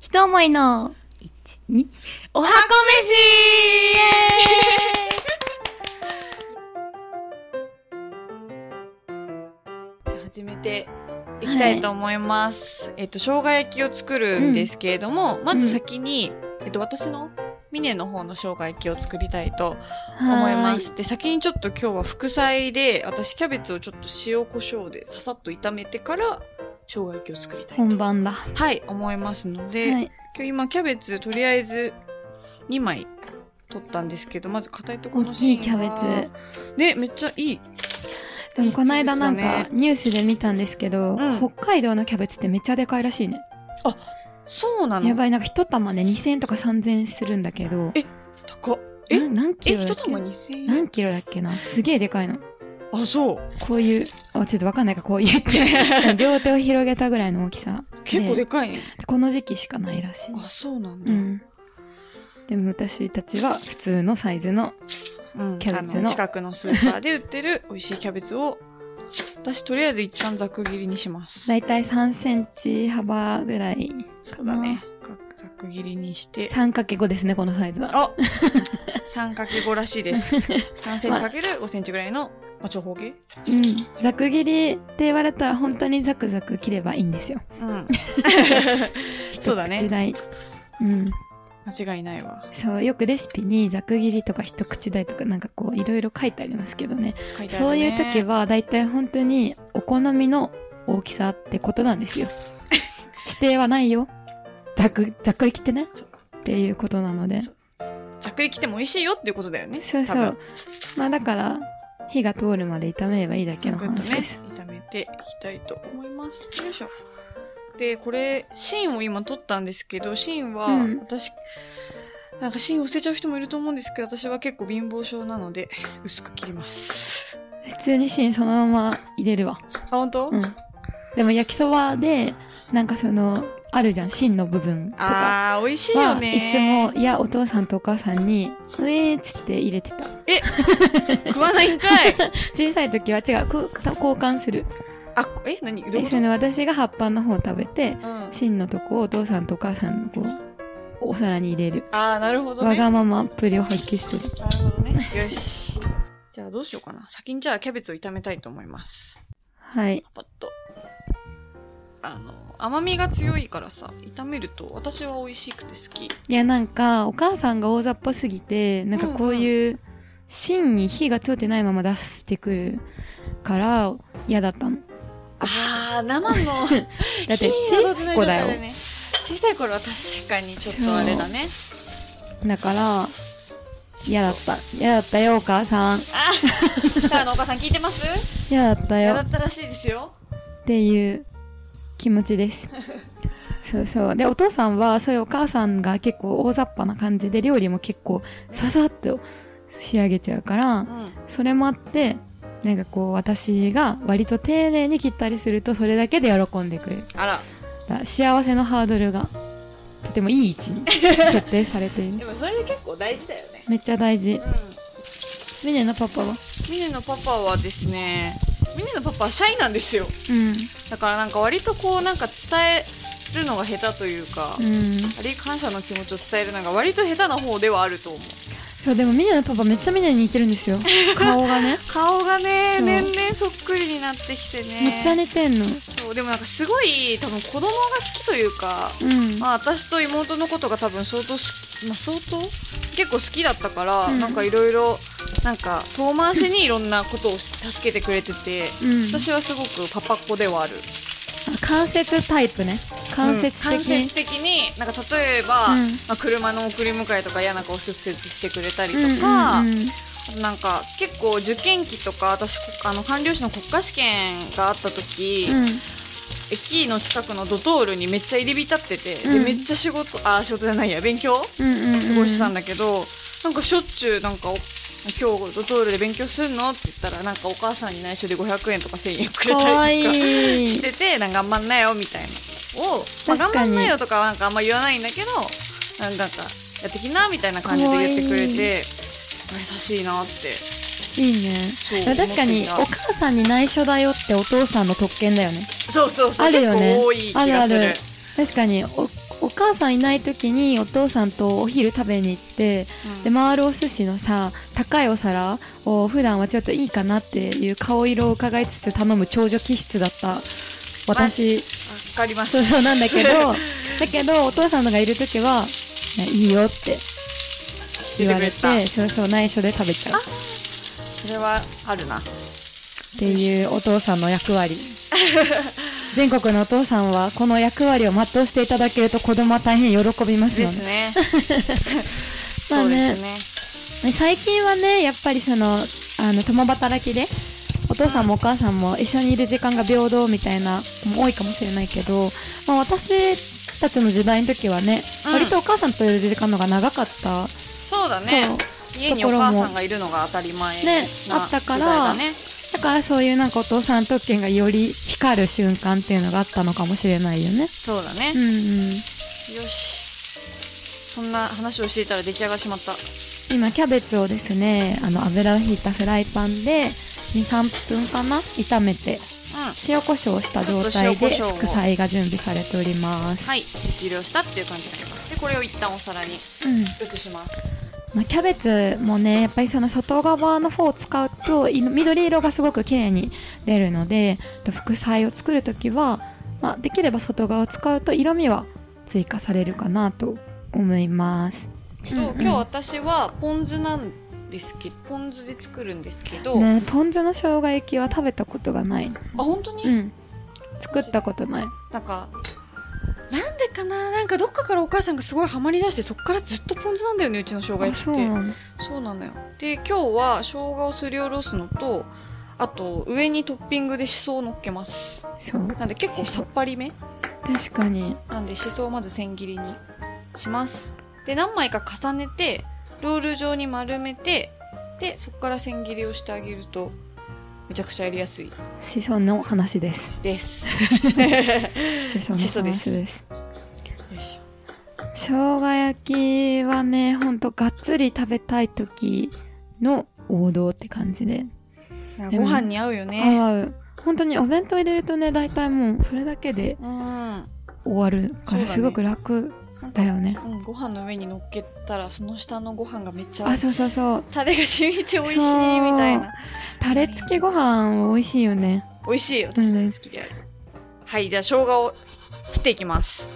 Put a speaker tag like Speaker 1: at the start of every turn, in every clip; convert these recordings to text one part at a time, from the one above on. Speaker 1: 一思いの
Speaker 2: 一二
Speaker 1: おはこ
Speaker 2: じゃあ始めていきたいと思います。えっと、生姜焼きを作るんですけれども、まず先に、えっと、私のミネの方の生姜焼きを作りたいと
Speaker 1: 飯
Speaker 2: 思い
Speaker 1: は
Speaker 2: ま
Speaker 1: ーい
Speaker 2: す。で、先にちょっと今日は副菜で、私キャベツをちょっと塩コショウでささっと炒めてから、生姜焼きを作りたいと。
Speaker 1: 本番だ。は
Speaker 2: はい、思いますので、
Speaker 1: い。
Speaker 2: 今日今キャベツとりあえず2枚取ったんですけど、まず硬いところの
Speaker 1: 大
Speaker 2: 芯
Speaker 1: きい
Speaker 2: は
Speaker 1: キャベ
Speaker 2: ね、めっちゃいい。
Speaker 1: ツ。でもこの間なん
Speaker 2: キャベツ
Speaker 1: か
Speaker 2: だ
Speaker 1: ニュースで見たんですけど、
Speaker 2: ん
Speaker 1: 北海道のキャベツってめっちゃでかいらしいね。
Speaker 2: そうなの
Speaker 1: やばい、なんか一玉で2000円とか3000円するんだけど、
Speaker 2: 高っえ
Speaker 1: な何キ
Speaker 2: え、
Speaker 1: ロだ
Speaker 2: 一
Speaker 1: っけ
Speaker 2: 玉2000円
Speaker 1: 何キロだっけなすげえでかいの。
Speaker 2: あ、そう。
Speaker 1: こういう、あ、ちょっとわかんないか、こういう って。両手を広げたぐらいの大きさ。
Speaker 2: 結構でかいね。
Speaker 1: でこの時期しかないらしい。
Speaker 2: あ、そうなん
Speaker 1: う
Speaker 2: だ。
Speaker 1: ん。でも私たちは普通のサイズの、
Speaker 2: うん
Speaker 1: キャベツの
Speaker 2: あ近くのスーパーで売ってる美味しいキャベツを、私とりあえず一旦ざく切りにします
Speaker 1: だ。いたい3センチ幅ぐらい
Speaker 2: そ
Speaker 1: か
Speaker 2: うだ
Speaker 1: な。
Speaker 2: ね。かざく切りにして。
Speaker 1: 3×5 ですね、このサイズは。
Speaker 2: あ 3×5 らしいです。3センチかける5センチぐらいの、まあ、長方形
Speaker 1: うん。ざく切りって言われたら本当にザクザク切ればいいんですよ。
Speaker 2: うん。
Speaker 1: 一
Speaker 2: そうだ
Speaker 1: 口
Speaker 2: ね。
Speaker 1: 大。うん。
Speaker 2: 間違いないわ。
Speaker 1: そう、よくレシピにざく切りとか一口大とかなんかこういろいろ書いてありますけどね。
Speaker 2: 書いてあるね
Speaker 1: そういう時。はだいたい本当にお好みの大きさってことなんです よ。指定はないよ。ざく、ざっくり切ってね。っていうことなので。
Speaker 2: ざく切り切っても美味しいよっていうことだよね。
Speaker 1: そうそ
Speaker 2: 多
Speaker 1: う
Speaker 2: 分。。
Speaker 1: まあだから、火が通るまで炒めればいいだけ
Speaker 2: サ
Speaker 1: の
Speaker 2: クッと
Speaker 1: 話
Speaker 2: ね
Speaker 1: です。、
Speaker 2: 炒めていきたいと思います。よいしょ。で、これ、芯を今取ったんですけど、芯は、
Speaker 1: うん
Speaker 2: 私、なんか芯を捨てちゃう人もいると思うんですけど、私は結構貧乏症なので、薄く切ります。
Speaker 1: 普通に芯そのまま入れるわ。
Speaker 2: あ、本当？
Speaker 1: うん。でも焼きそばで、なんかその、あるじゃん、芯の部分とか。
Speaker 2: あー、美味しいよ
Speaker 1: は
Speaker 2: ね。
Speaker 1: いつも、いや、お父さんとお母さんに、うえーっつって入れてた。
Speaker 2: 食わないんかい。
Speaker 1: 小さい時は違う、こう交換する。
Speaker 2: あ、こえ、何どうい
Speaker 1: で、
Speaker 2: うこ
Speaker 1: そ
Speaker 2: と
Speaker 1: の私が葉っぱの方を食べて、
Speaker 2: うん。
Speaker 1: 芯のとこをお父さんとお母さんのこう、お皿に入れる。
Speaker 2: あー、なるほど
Speaker 1: わ
Speaker 2: ね。な
Speaker 1: が
Speaker 2: る
Speaker 1: ままっぷりを発揮する。
Speaker 2: ほどね。よし。じゃあどうしようかな。先にじゃあキャベツを炒めたいと思います。
Speaker 1: はい。
Speaker 2: パッとあの甘みが強いからさ炒めると私は美味しくて好き
Speaker 1: いやなんかお母さんが大雑把すぎてなんかこういう芯に火が通ってないまま出してくるから嫌だったの
Speaker 2: あー生 の
Speaker 1: だって小さい子だよ
Speaker 2: ね小さい頃は確かにちょっとあれだね
Speaker 1: だから嫌だった嫌だったよお母さん
Speaker 2: あさあのお母さん聞いてます
Speaker 1: 嫌だった
Speaker 2: 嫌
Speaker 1: よ
Speaker 2: だ
Speaker 1: っ
Speaker 2: ったらしいですよ
Speaker 1: ていう気持ちです そうそうでお父さんはそういうお母さんが結構大雑把な感じで料理も結構ささっと仕上げちゃうから
Speaker 2: うん
Speaker 1: それもあってなんかこう私が割と丁寧に切ったりするとそれだけで喜んでくれる
Speaker 2: あら
Speaker 1: だから幸せのハードルがとてもいい位置に設定されて いる
Speaker 2: もそれ結構大事だよね
Speaker 1: めっちゃ大事
Speaker 2: う
Speaker 1: ミネのパパは
Speaker 2: んミネのパパはですねミネのパパはシャイなんですよ
Speaker 1: うん
Speaker 2: だからなんか割とこうなんか伝えるのが下手というか、
Speaker 1: うん
Speaker 2: あれ感謝の気持ちを伝えるのが割と下手な方ではあると思う
Speaker 1: そうでもミネのパパめっちゃミネに似てるん ですよ顔がね
Speaker 2: 顔がね
Speaker 1: そう
Speaker 2: 年々そっくりになってきてね
Speaker 1: めっちゃ似てんの
Speaker 2: そうでもなんかすごい多分子供が好きというか、
Speaker 1: うん
Speaker 2: まあ、私と妹のことが多分相当好き、まあ、相当結構好きだったから、
Speaker 1: うん
Speaker 2: なんかいろいろなんか遠回しにいろんなことをし助けてくれてて
Speaker 1: うん、
Speaker 2: 私はすごくパパっ子ではある
Speaker 1: 関節タイプね関節
Speaker 2: うん
Speaker 1: 的
Speaker 2: 間接
Speaker 1: に、
Speaker 2: 的になんか例えば、
Speaker 1: うん
Speaker 2: まあ、車の送り迎えとか嫌な顔出世してくれたりと
Speaker 1: うん
Speaker 2: か、
Speaker 1: うんうん
Speaker 2: なんか結構受験期とか私あの官僚士の国家試験があった時、駅の近くのドトールにめっちゃ入り浸ってて、
Speaker 1: うん
Speaker 2: でめっちゃ仕事あ仕事じゃないや勉強過
Speaker 1: うんうんうん
Speaker 2: ごしたんだけど、なんかしょっちゅうなんかお今日ドトールで勉強すんのって言ったらなんかお母さんに内緒で500円とか1000円くれ
Speaker 1: か
Speaker 2: た
Speaker 1: わ
Speaker 2: りとか
Speaker 1: いい
Speaker 2: しててなんか頑張んなよみたいなを、まあ、頑
Speaker 1: 確か
Speaker 2: 張
Speaker 1: に
Speaker 2: んなよとかはなんかあんま言わないんだけどなんかやってきなみたいな感じで言ってくれ
Speaker 1: かわいい
Speaker 2: て優しいなって
Speaker 1: いいね
Speaker 2: う
Speaker 1: でも確かに
Speaker 2: 思
Speaker 1: お
Speaker 2: って
Speaker 1: 母さんに内緒だよってお父さんの特権だよね
Speaker 2: そうそうそう
Speaker 1: あるよね
Speaker 2: 結構多い気がする
Speaker 1: あるある確かにおお母さんいない時にお父さんとお昼食べに行ってで回るお寿司のさ高いお皿を普段はちょっといいかなっていう顔色を伺いつつ頼む長女気質だった私
Speaker 2: わかります。
Speaker 1: そうそうなんだ けどだけどお父さんのがいる時は「いいよ」って言われ
Speaker 2: 言ってく
Speaker 1: てそうそう内緒で食べちゃうっ
Speaker 2: それはあるな。
Speaker 1: ていうお父さんの役割全国のお父さんはこの役割を全うしていただけると子供は大変喜びます
Speaker 2: で
Speaker 1: よ
Speaker 2: す
Speaker 1: ねまあ
Speaker 2: ね。そうで
Speaker 1: ね
Speaker 2: すね。
Speaker 1: 最近はねやっぱりそのあの共働きでお父さんもお母さんも一緒にいる時間が平等みたいなのも多いかもしれないけど、まあ、私たちの時代の時はね、
Speaker 2: うん
Speaker 1: 割とお母さんといる時間の方が長かった、
Speaker 2: そうだね
Speaker 1: そ。う
Speaker 2: 家にお母さんがいるのが当たり前な
Speaker 1: ね
Speaker 2: 時
Speaker 1: あったから
Speaker 2: 代だね。
Speaker 1: だからそういうなんかお父さん特権がより光る瞬間っていうのがあったのかもしれないよね。
Speaker 2: そうだね
Speaker 1: う。んうん、
Speaker 2: よし。そんな話をしていたら出来上がってしまった。
Speaker 1: 今キャベツをですねあの油を引いたフライパンで23分かな炒めて
Speaker 2: う
Speaker 1: 塩コショウをした状態で
Speaker 2: ちょっと塩コショウを
Speaker 1: 副菜が準備されております、
Speaker 2: ん。はい。適量したっていう感じになります。で、これを一旦お皿に
Speaker 1: うん
Speaker 2: 移します。
Speaker 1: まあ、キャベツもねやっぱりその外側の方を使うとい緑色がすごく綺麗に出るのでと副菜を作る時は、まあ、できれば外側を使うと色味は追加されるかなと思います
Speaker 2: と
Speaker 1: うんうん
Speaker 2: 今日私はポン酢なんですけど、ポン酢で作るんですけど、
Speaker 1: ねポン酢の生姜焼きは食べたことがない
Speaker 2: あ、本当に、
Speaker 1: うん作ったことない
Speaker 2: なんか、なんでかななんかどっかからお母さんがすごいハマりだして、そっからずっとポン酢なんだよね、うちの生姜
Speaker 1: あ
Speaker 2: 焼きって。
Speaker 1: そうなの
Speaker 2: そうなのよで今日は生姜をすりおろすのとあと上にトッピングでしそを乗っけます
Speaker 1: そう
Speaker 2: なんで結構さっぱりめ
Speaker 1: 確かに
Speaker 2: なんでしそをまず千切りにしますで何枚か重ねてロール状に丸めてでそこから千切りをしてあげるとめちゃくちゃやりやすい
Speaker 1: シソの話です
Speaker 2: です
Speaker 1: シソの
Speaker 2: シソです
Speaker 1: 話です生姜焼きはねほんとがっつり食べたい時の王道って感じで
Speaker 2: なんか
Speaker 1: で
Speaker 2: ご
Speaker 1: も
Speaker 2: 飯に合うよね
Speaker 1: 合う本当にお弁当入れるとね大体もうそれだけで
Speaker 2: うんうん
Speaker 1: 終わるか
Speaker 2: そうだね
Speaker 1: らすごく楽だよね
Speaker 2: ご飯の上に乗っけたらその下のご飯がめっちゃ
Speaker 1: あそうそうそう
Speaker 2: タレが染みて美味しいみたいな
Speaker 1: タレ付きご飯美味しいよね
Speaker 2: 美味しい私大好きである、はいじゃあ生姜を切ってい きます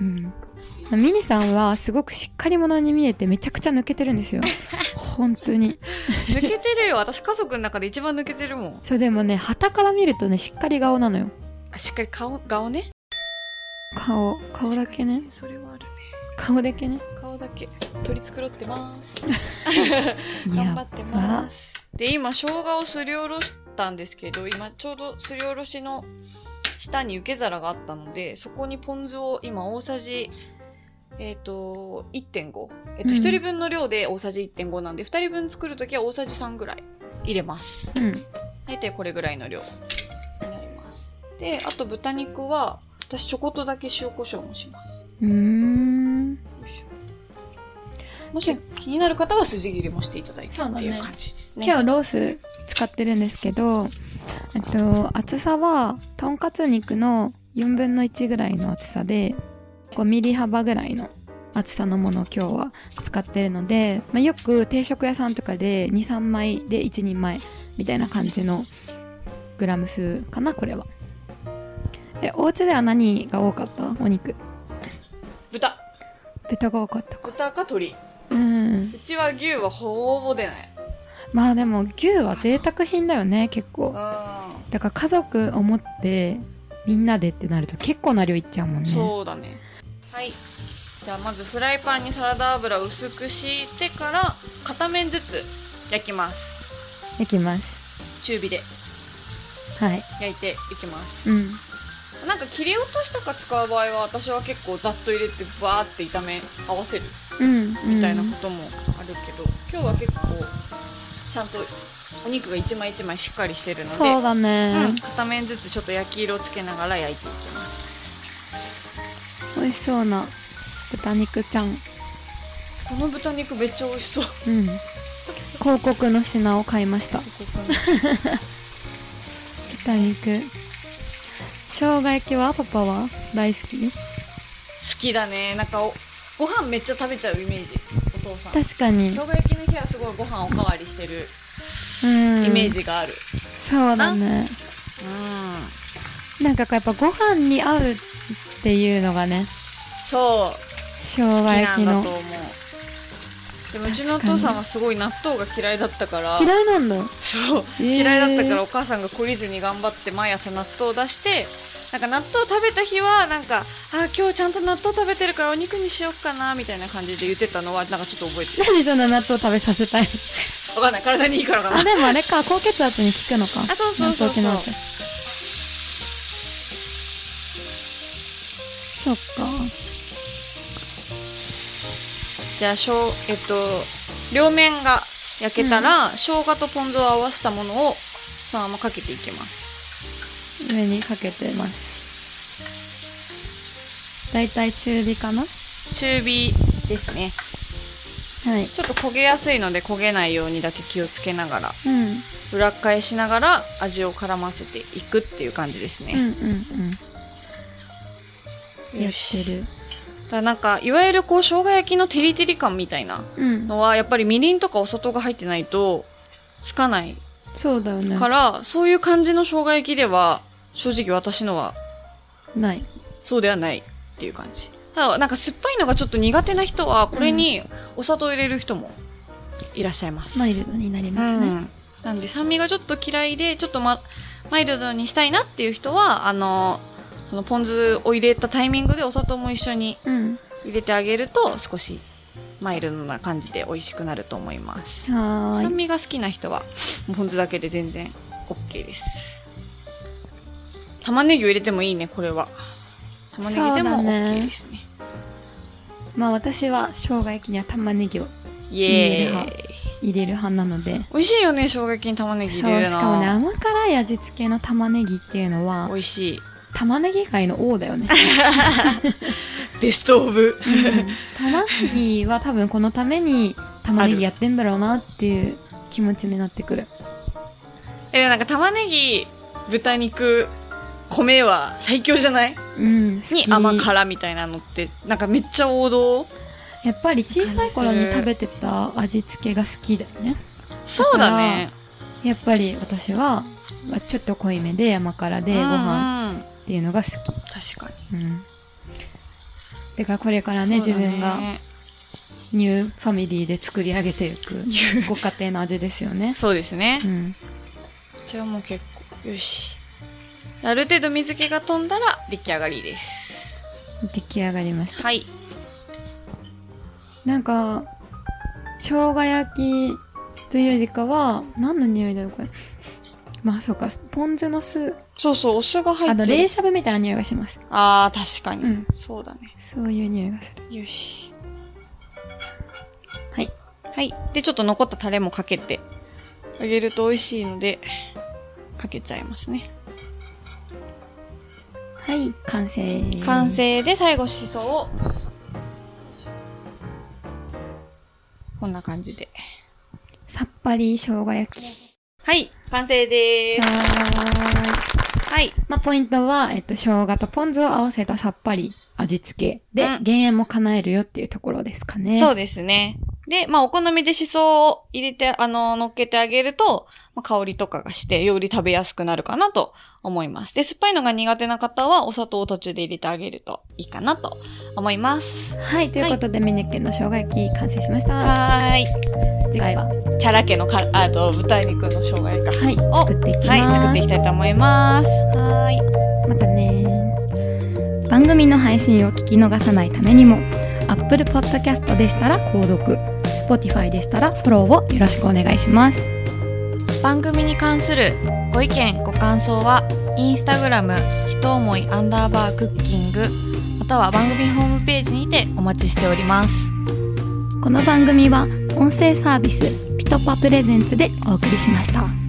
Speaker 1: うんミニさんはすごくしっかり者に見えてめちゃくちゃ抜けてるんです よ本当に
Speaker 2: 抜けてるよ私家族の中で一番抜けてるもん
Speaker 1: そうでもね旗から見るとねしっかり顔なのよ
Speaker 2: あしっかり顔顔ね
Speaker 1: 顔顔だけね
Speaker 2: それはあるね
Speaker 1: 顔だけね
Speaker 2: 顔だけ取り繕ってます
Speaker 1: い
Speaker 2: 頑張
Speaker 1: や
Speaker 2: ってますで今生姜をすりおろしたんですけど今ちょうどすりおろしの下に受け皿があったのでそこにポン酢を今大さじえっ、と1.5えっ、と
Speaker 1: うん
Speaker 2: 1人分の量で大さじ1.5なんで、2人分作るときは大さじ3ぐらい入れます
Speaker 1: うん
Speaker 2: 大体これぐらいの量になりますであと豚肉は私ちょこっとだけ塩コショウもします
Speaker 1: うーん
Speaker 2: よいしょもし気になる方は筋切りもしていただいて
Speaker 1: そう
Speaker 2: っ
Speaker 1: だ
Speaker 2: て
Speaker 1: ね
Speaker 2: いう感じですね
Speaker 1: 今日ロース使ってるんですけど、えっと、厚さはとんかつ肉の4分の1ぐらいの厚さで5ミリ幅ぐらいの厚さのものを今日は使ってるので、まあ、よく定食屋さんとかで23枚で1人前みたいな感じのグラム数かなこれはえお家では何が多かったお肉
Speaker 2: 豚
Speaker 1: 豚が多かったか
Speaker 2: 豚か鶏
Speaker 1: うん
Speaker 2: うちは牛はほぼ出ない
Speaker 1: まあでも牛は贅沢品だよね結構
Speaker 2: う
Speaker 1: だから家族を持ってみんなでってなると結構な量いっちゃうもん
Speaker 2: ん
Speaker 1: ね
Speaker 2: そうだねはいじゃあまずフライパンにサラダ油を薄く敷いてから片面ずつ焼きます
Speaker 1: できます
Speaker 2: 中火で
Speaker 1: はい
Speaker 2: 焼いていきます
Speaker 1: うん
Speaker 2: なんか切り落としとか使う場合は私は結構ざっと入れてバーって炒め合わせる
Speaker 1: うん
Speaker 2: みたいな
Speaker 1: う
Speaker 2: こ
Speaker 1: ん
Speaker 2: ともあるけど、今日は結構ちゃんとお肉が一枚一枚しっかりしてるので
Speaker 1: そうだね、
Speaker 2: うん片面ずつちょっと焼き色をつけながら焼いていきます
Speaker 1: 美味しそうな豚肉ちゃんうん
Speaker 2: この豚肉めっちゃ美味しそう
Speaker 1: 広告の品を買いました豚肉生姜焼きはパパは大好き
Speaker 2: きだねなんかおご飯めっちゃ食べちゃうイメージお父さん生
Speaker 1: 確かに、
Speaker 2: 姜焼きの日はすごいご飯おかわりしてる
Speaker 1: うん、
Speaker 2: イメージがある
Speaker 1: そうだね
Speaker 2: うん、
Speaker 1: なんかこうやっぱご飯に合うっていうのがね
Speaker 2: そう
Speaker 1: 生
Speaker 2: 好き
Speaker 1: 姜
Speaker 2: な
Speaker 1: 焼き
Speaker 2: んだ
Speaker 1: の
Speaker 2: と思うでもうちのお父さんはすごい納豆が嫌いだったから
Speaker 1: 嫌いなんだ
Speaker 2: そう
Speaker 1: えー
Speaker 2: 嫌いだったからお母さんが懲りずに頑張って毎朝納豆を出してなんか納豆食べた日はなんかあー今日ちゃんと納豆食べてるからお肉にしよっかなみたいな感じで言ってたのはなんかちょっと覚えて
Speaker 1: な
Speaker 2: る
Speaker 1: んでそんな納豆食べさせたい
Speaker 2: わかんない体にいいからかな
Speaker 1: あでもあれか高血圧に効くのか
Speaker 2: あそうそうそうそう
Speaker 1: 納豆ってなんかそっか
Speaker 2: じゃあしょうえっと両面が焼けたら、生姜とポン酢を合わせたものをそのままかけていきます
Speaker 1: 上にかけてますだいたい中火かな
Speaker 2: 中火ですね
Speaker 1: はい
Speaker 2: ちょっと焦げやすいので焦げないようにだけ気をつけながら
Speaker 1: うん
Speaker 2: 裏返しながら味を絡ませていくっていう感じです
Speaker 1: うん
Speaker 2: ね、
Speaker 1: うんうんや
Speaker 2: よ
Speaker 1: っ
Speaker 2: して
Speaker 1: る
Speaker 2: だからなんかいわゆるこう生姜焼きのテリテリ感みたいな
Speaker 1: うん
Speaker 2: のはやっぱりみりんとかお砂糖が入ってないとつかない
Speaker 1: そうだよね
Speaker 2: から、そういう感じの生姜焼きでは正直私のは
Speaker 1: ない
Speaker 2: そうではないっていう感じただなんか酸っぱいのがちょっと苦手な人はこれにお砂糖を入れる人もいらっしゃいます、
Speaker 1: マイルドになり
Speaker 2: う
Speaker 1: ますね、
Speaker 2: ん、なんで酸味がちょっと嫌いでちょっと、ま、マイルドにしたいなっていう人はあのそのポン酢を入れたタイミングでお砂糖も一緒に
Speaker 1: うん
Speaker 2: 入れてあげると少しマイルドな感じで美味しくなると思います
Speaker 1: はー
Speaker 2: 酸
Speaker 1: い
Speaker 2: 味が好きな人はポン酢だけで全然 OK です玉ねぎを入れてもいいねこれは玉ねぎで
Speaker 1: そ
Speaker 2: も
Speaker 1: うだね
Speaker 2: OK ですね
Speaker 1: まあ私は生姜焼きには玉ねぎを
Speaker 2: イ
Speaker 1: 入
Speaker 2: エ
Speaker 1: れ
Speaker 2: ー
Speaker 1: る
Speaker 2: イ
Speaker 1: 入れる派なので
Speaker 2: 美味しいよね生姜焼きに玉ねぎ入
Speaker 1: そ
Speaker 2: れ
Speaker 1: う
Speaker 2: る
Speaker 1: しかもね
Speaker 2: の
Speaker 1: 甘辛い味付けの玉ねぎっていうのは
Speaker 2: 美味しい
Speaker 1: 玉ねぎ界の王だよ ね、
Speaker 2: ベストオブ
Speaker 1: うん玉ねぎは多分このために玉ねぎやってんだろうなっていう気持ちになってくる
Speaker 2: えなんか玉ねぎ豚肉米は最強じゃない
Speaker 1: うん好
Speaker 2: に
Speaker 1: き
Speaker 2: 甘辛みたいなのってなんかめっちゃ王道
Speaker 1: やっぱり小さい頃に食べてた味付けが好きだよね
Speaker 2: そうだね
Speaker 1: やっぱり私はまあちょっと濃いめで甘辛でご飯
Speaker 2: うんうん
Speaker 1: っていうのが好き
Speaker 2: 確かに
Speaker 1: うんだからこれからね
Speaker 2: そう
Speaker 1: 自
Speaker 2: だ
Speaker 1: 分がニューファミリーで作り上げてい くご家庭の味ですよね
Speaker 2: そうですね
Speaker 1: うん
Speaker 2: じゃあもう結構よしある程度水気が飛んだら出来上がりです
Speaker 1: 出来上がりました
Speaker 2: はい
Speaker 1: なんか生姜焼きというよりかは何の匂いだろうこれ まあそうかポン酢の酢
Speaker 2: そうそうお酢が入
Speaker 1: あ
Speaker 2: っ
Speaker 1: の
Speaker 2: て
Speaker 1: 冷
Speaker 2: る
Speaker 1: しゃぶみたいな匂いがします
Speaker 2: あー確かに、
Speaker 1: うん
Speaker 2: そうだね
Speaker 1: そういう匂いがする
Speaker 2: よし
Speaker 1: はい
Speaker 2: はいでちょっと残ったタレもかけてあげると美味しいのでかけちゃいますね
Speaker 1: はい完成
Speaker 2: 完成で最後しそをこんな感じで
Speaker 1: さっぱり生姜焼き
Speaker 2: はい完成で
Speaker 1: は
Speaker 2: す
Speaker 1: ーい
Speaker 2: はい
Speaker 1: まあポイントは、えっと、生姜とポン酢を合わせたさっぱり味付けで、
Speaker 2: うん
Speaker 1: 減塩も叶えるよっていうところですかね
Speaker 2: そうですねでまあお好みでしそを入れてあの乗っけてあげると、まあ、香りとかがしてより食べやすくなるかなと思いますで酸っぱいのが苦手な方はお砂糖を途中で入れてあげるといいかなと思います
Speaker 1: はいということで、ミネケンの生姜焼き完成しました
Speaker 2: はーい
Speaker 1: 次回はは
Speaker 2: チャラ家のかあと豚肉の生姜焼きか
Speaker 1: い
Speaker 2: お
Speaker 1: 作っていきます、
Speaker 2: はい作っていきたいと思いますはーい
Speaker 1: またね番組の配信を聞き逃さないためにも Apple Podcast でしたら購読 Spotify でしたらフォローをよろしくお願いします
Speaker 2: 番組に関するご意見ご感想はインスタグラムひと思いアンダーバークッキングまたは番組ホームページにてお待ちしております
Speaker 1: この番組は音声サービスピトパプレゼンツでお送りしました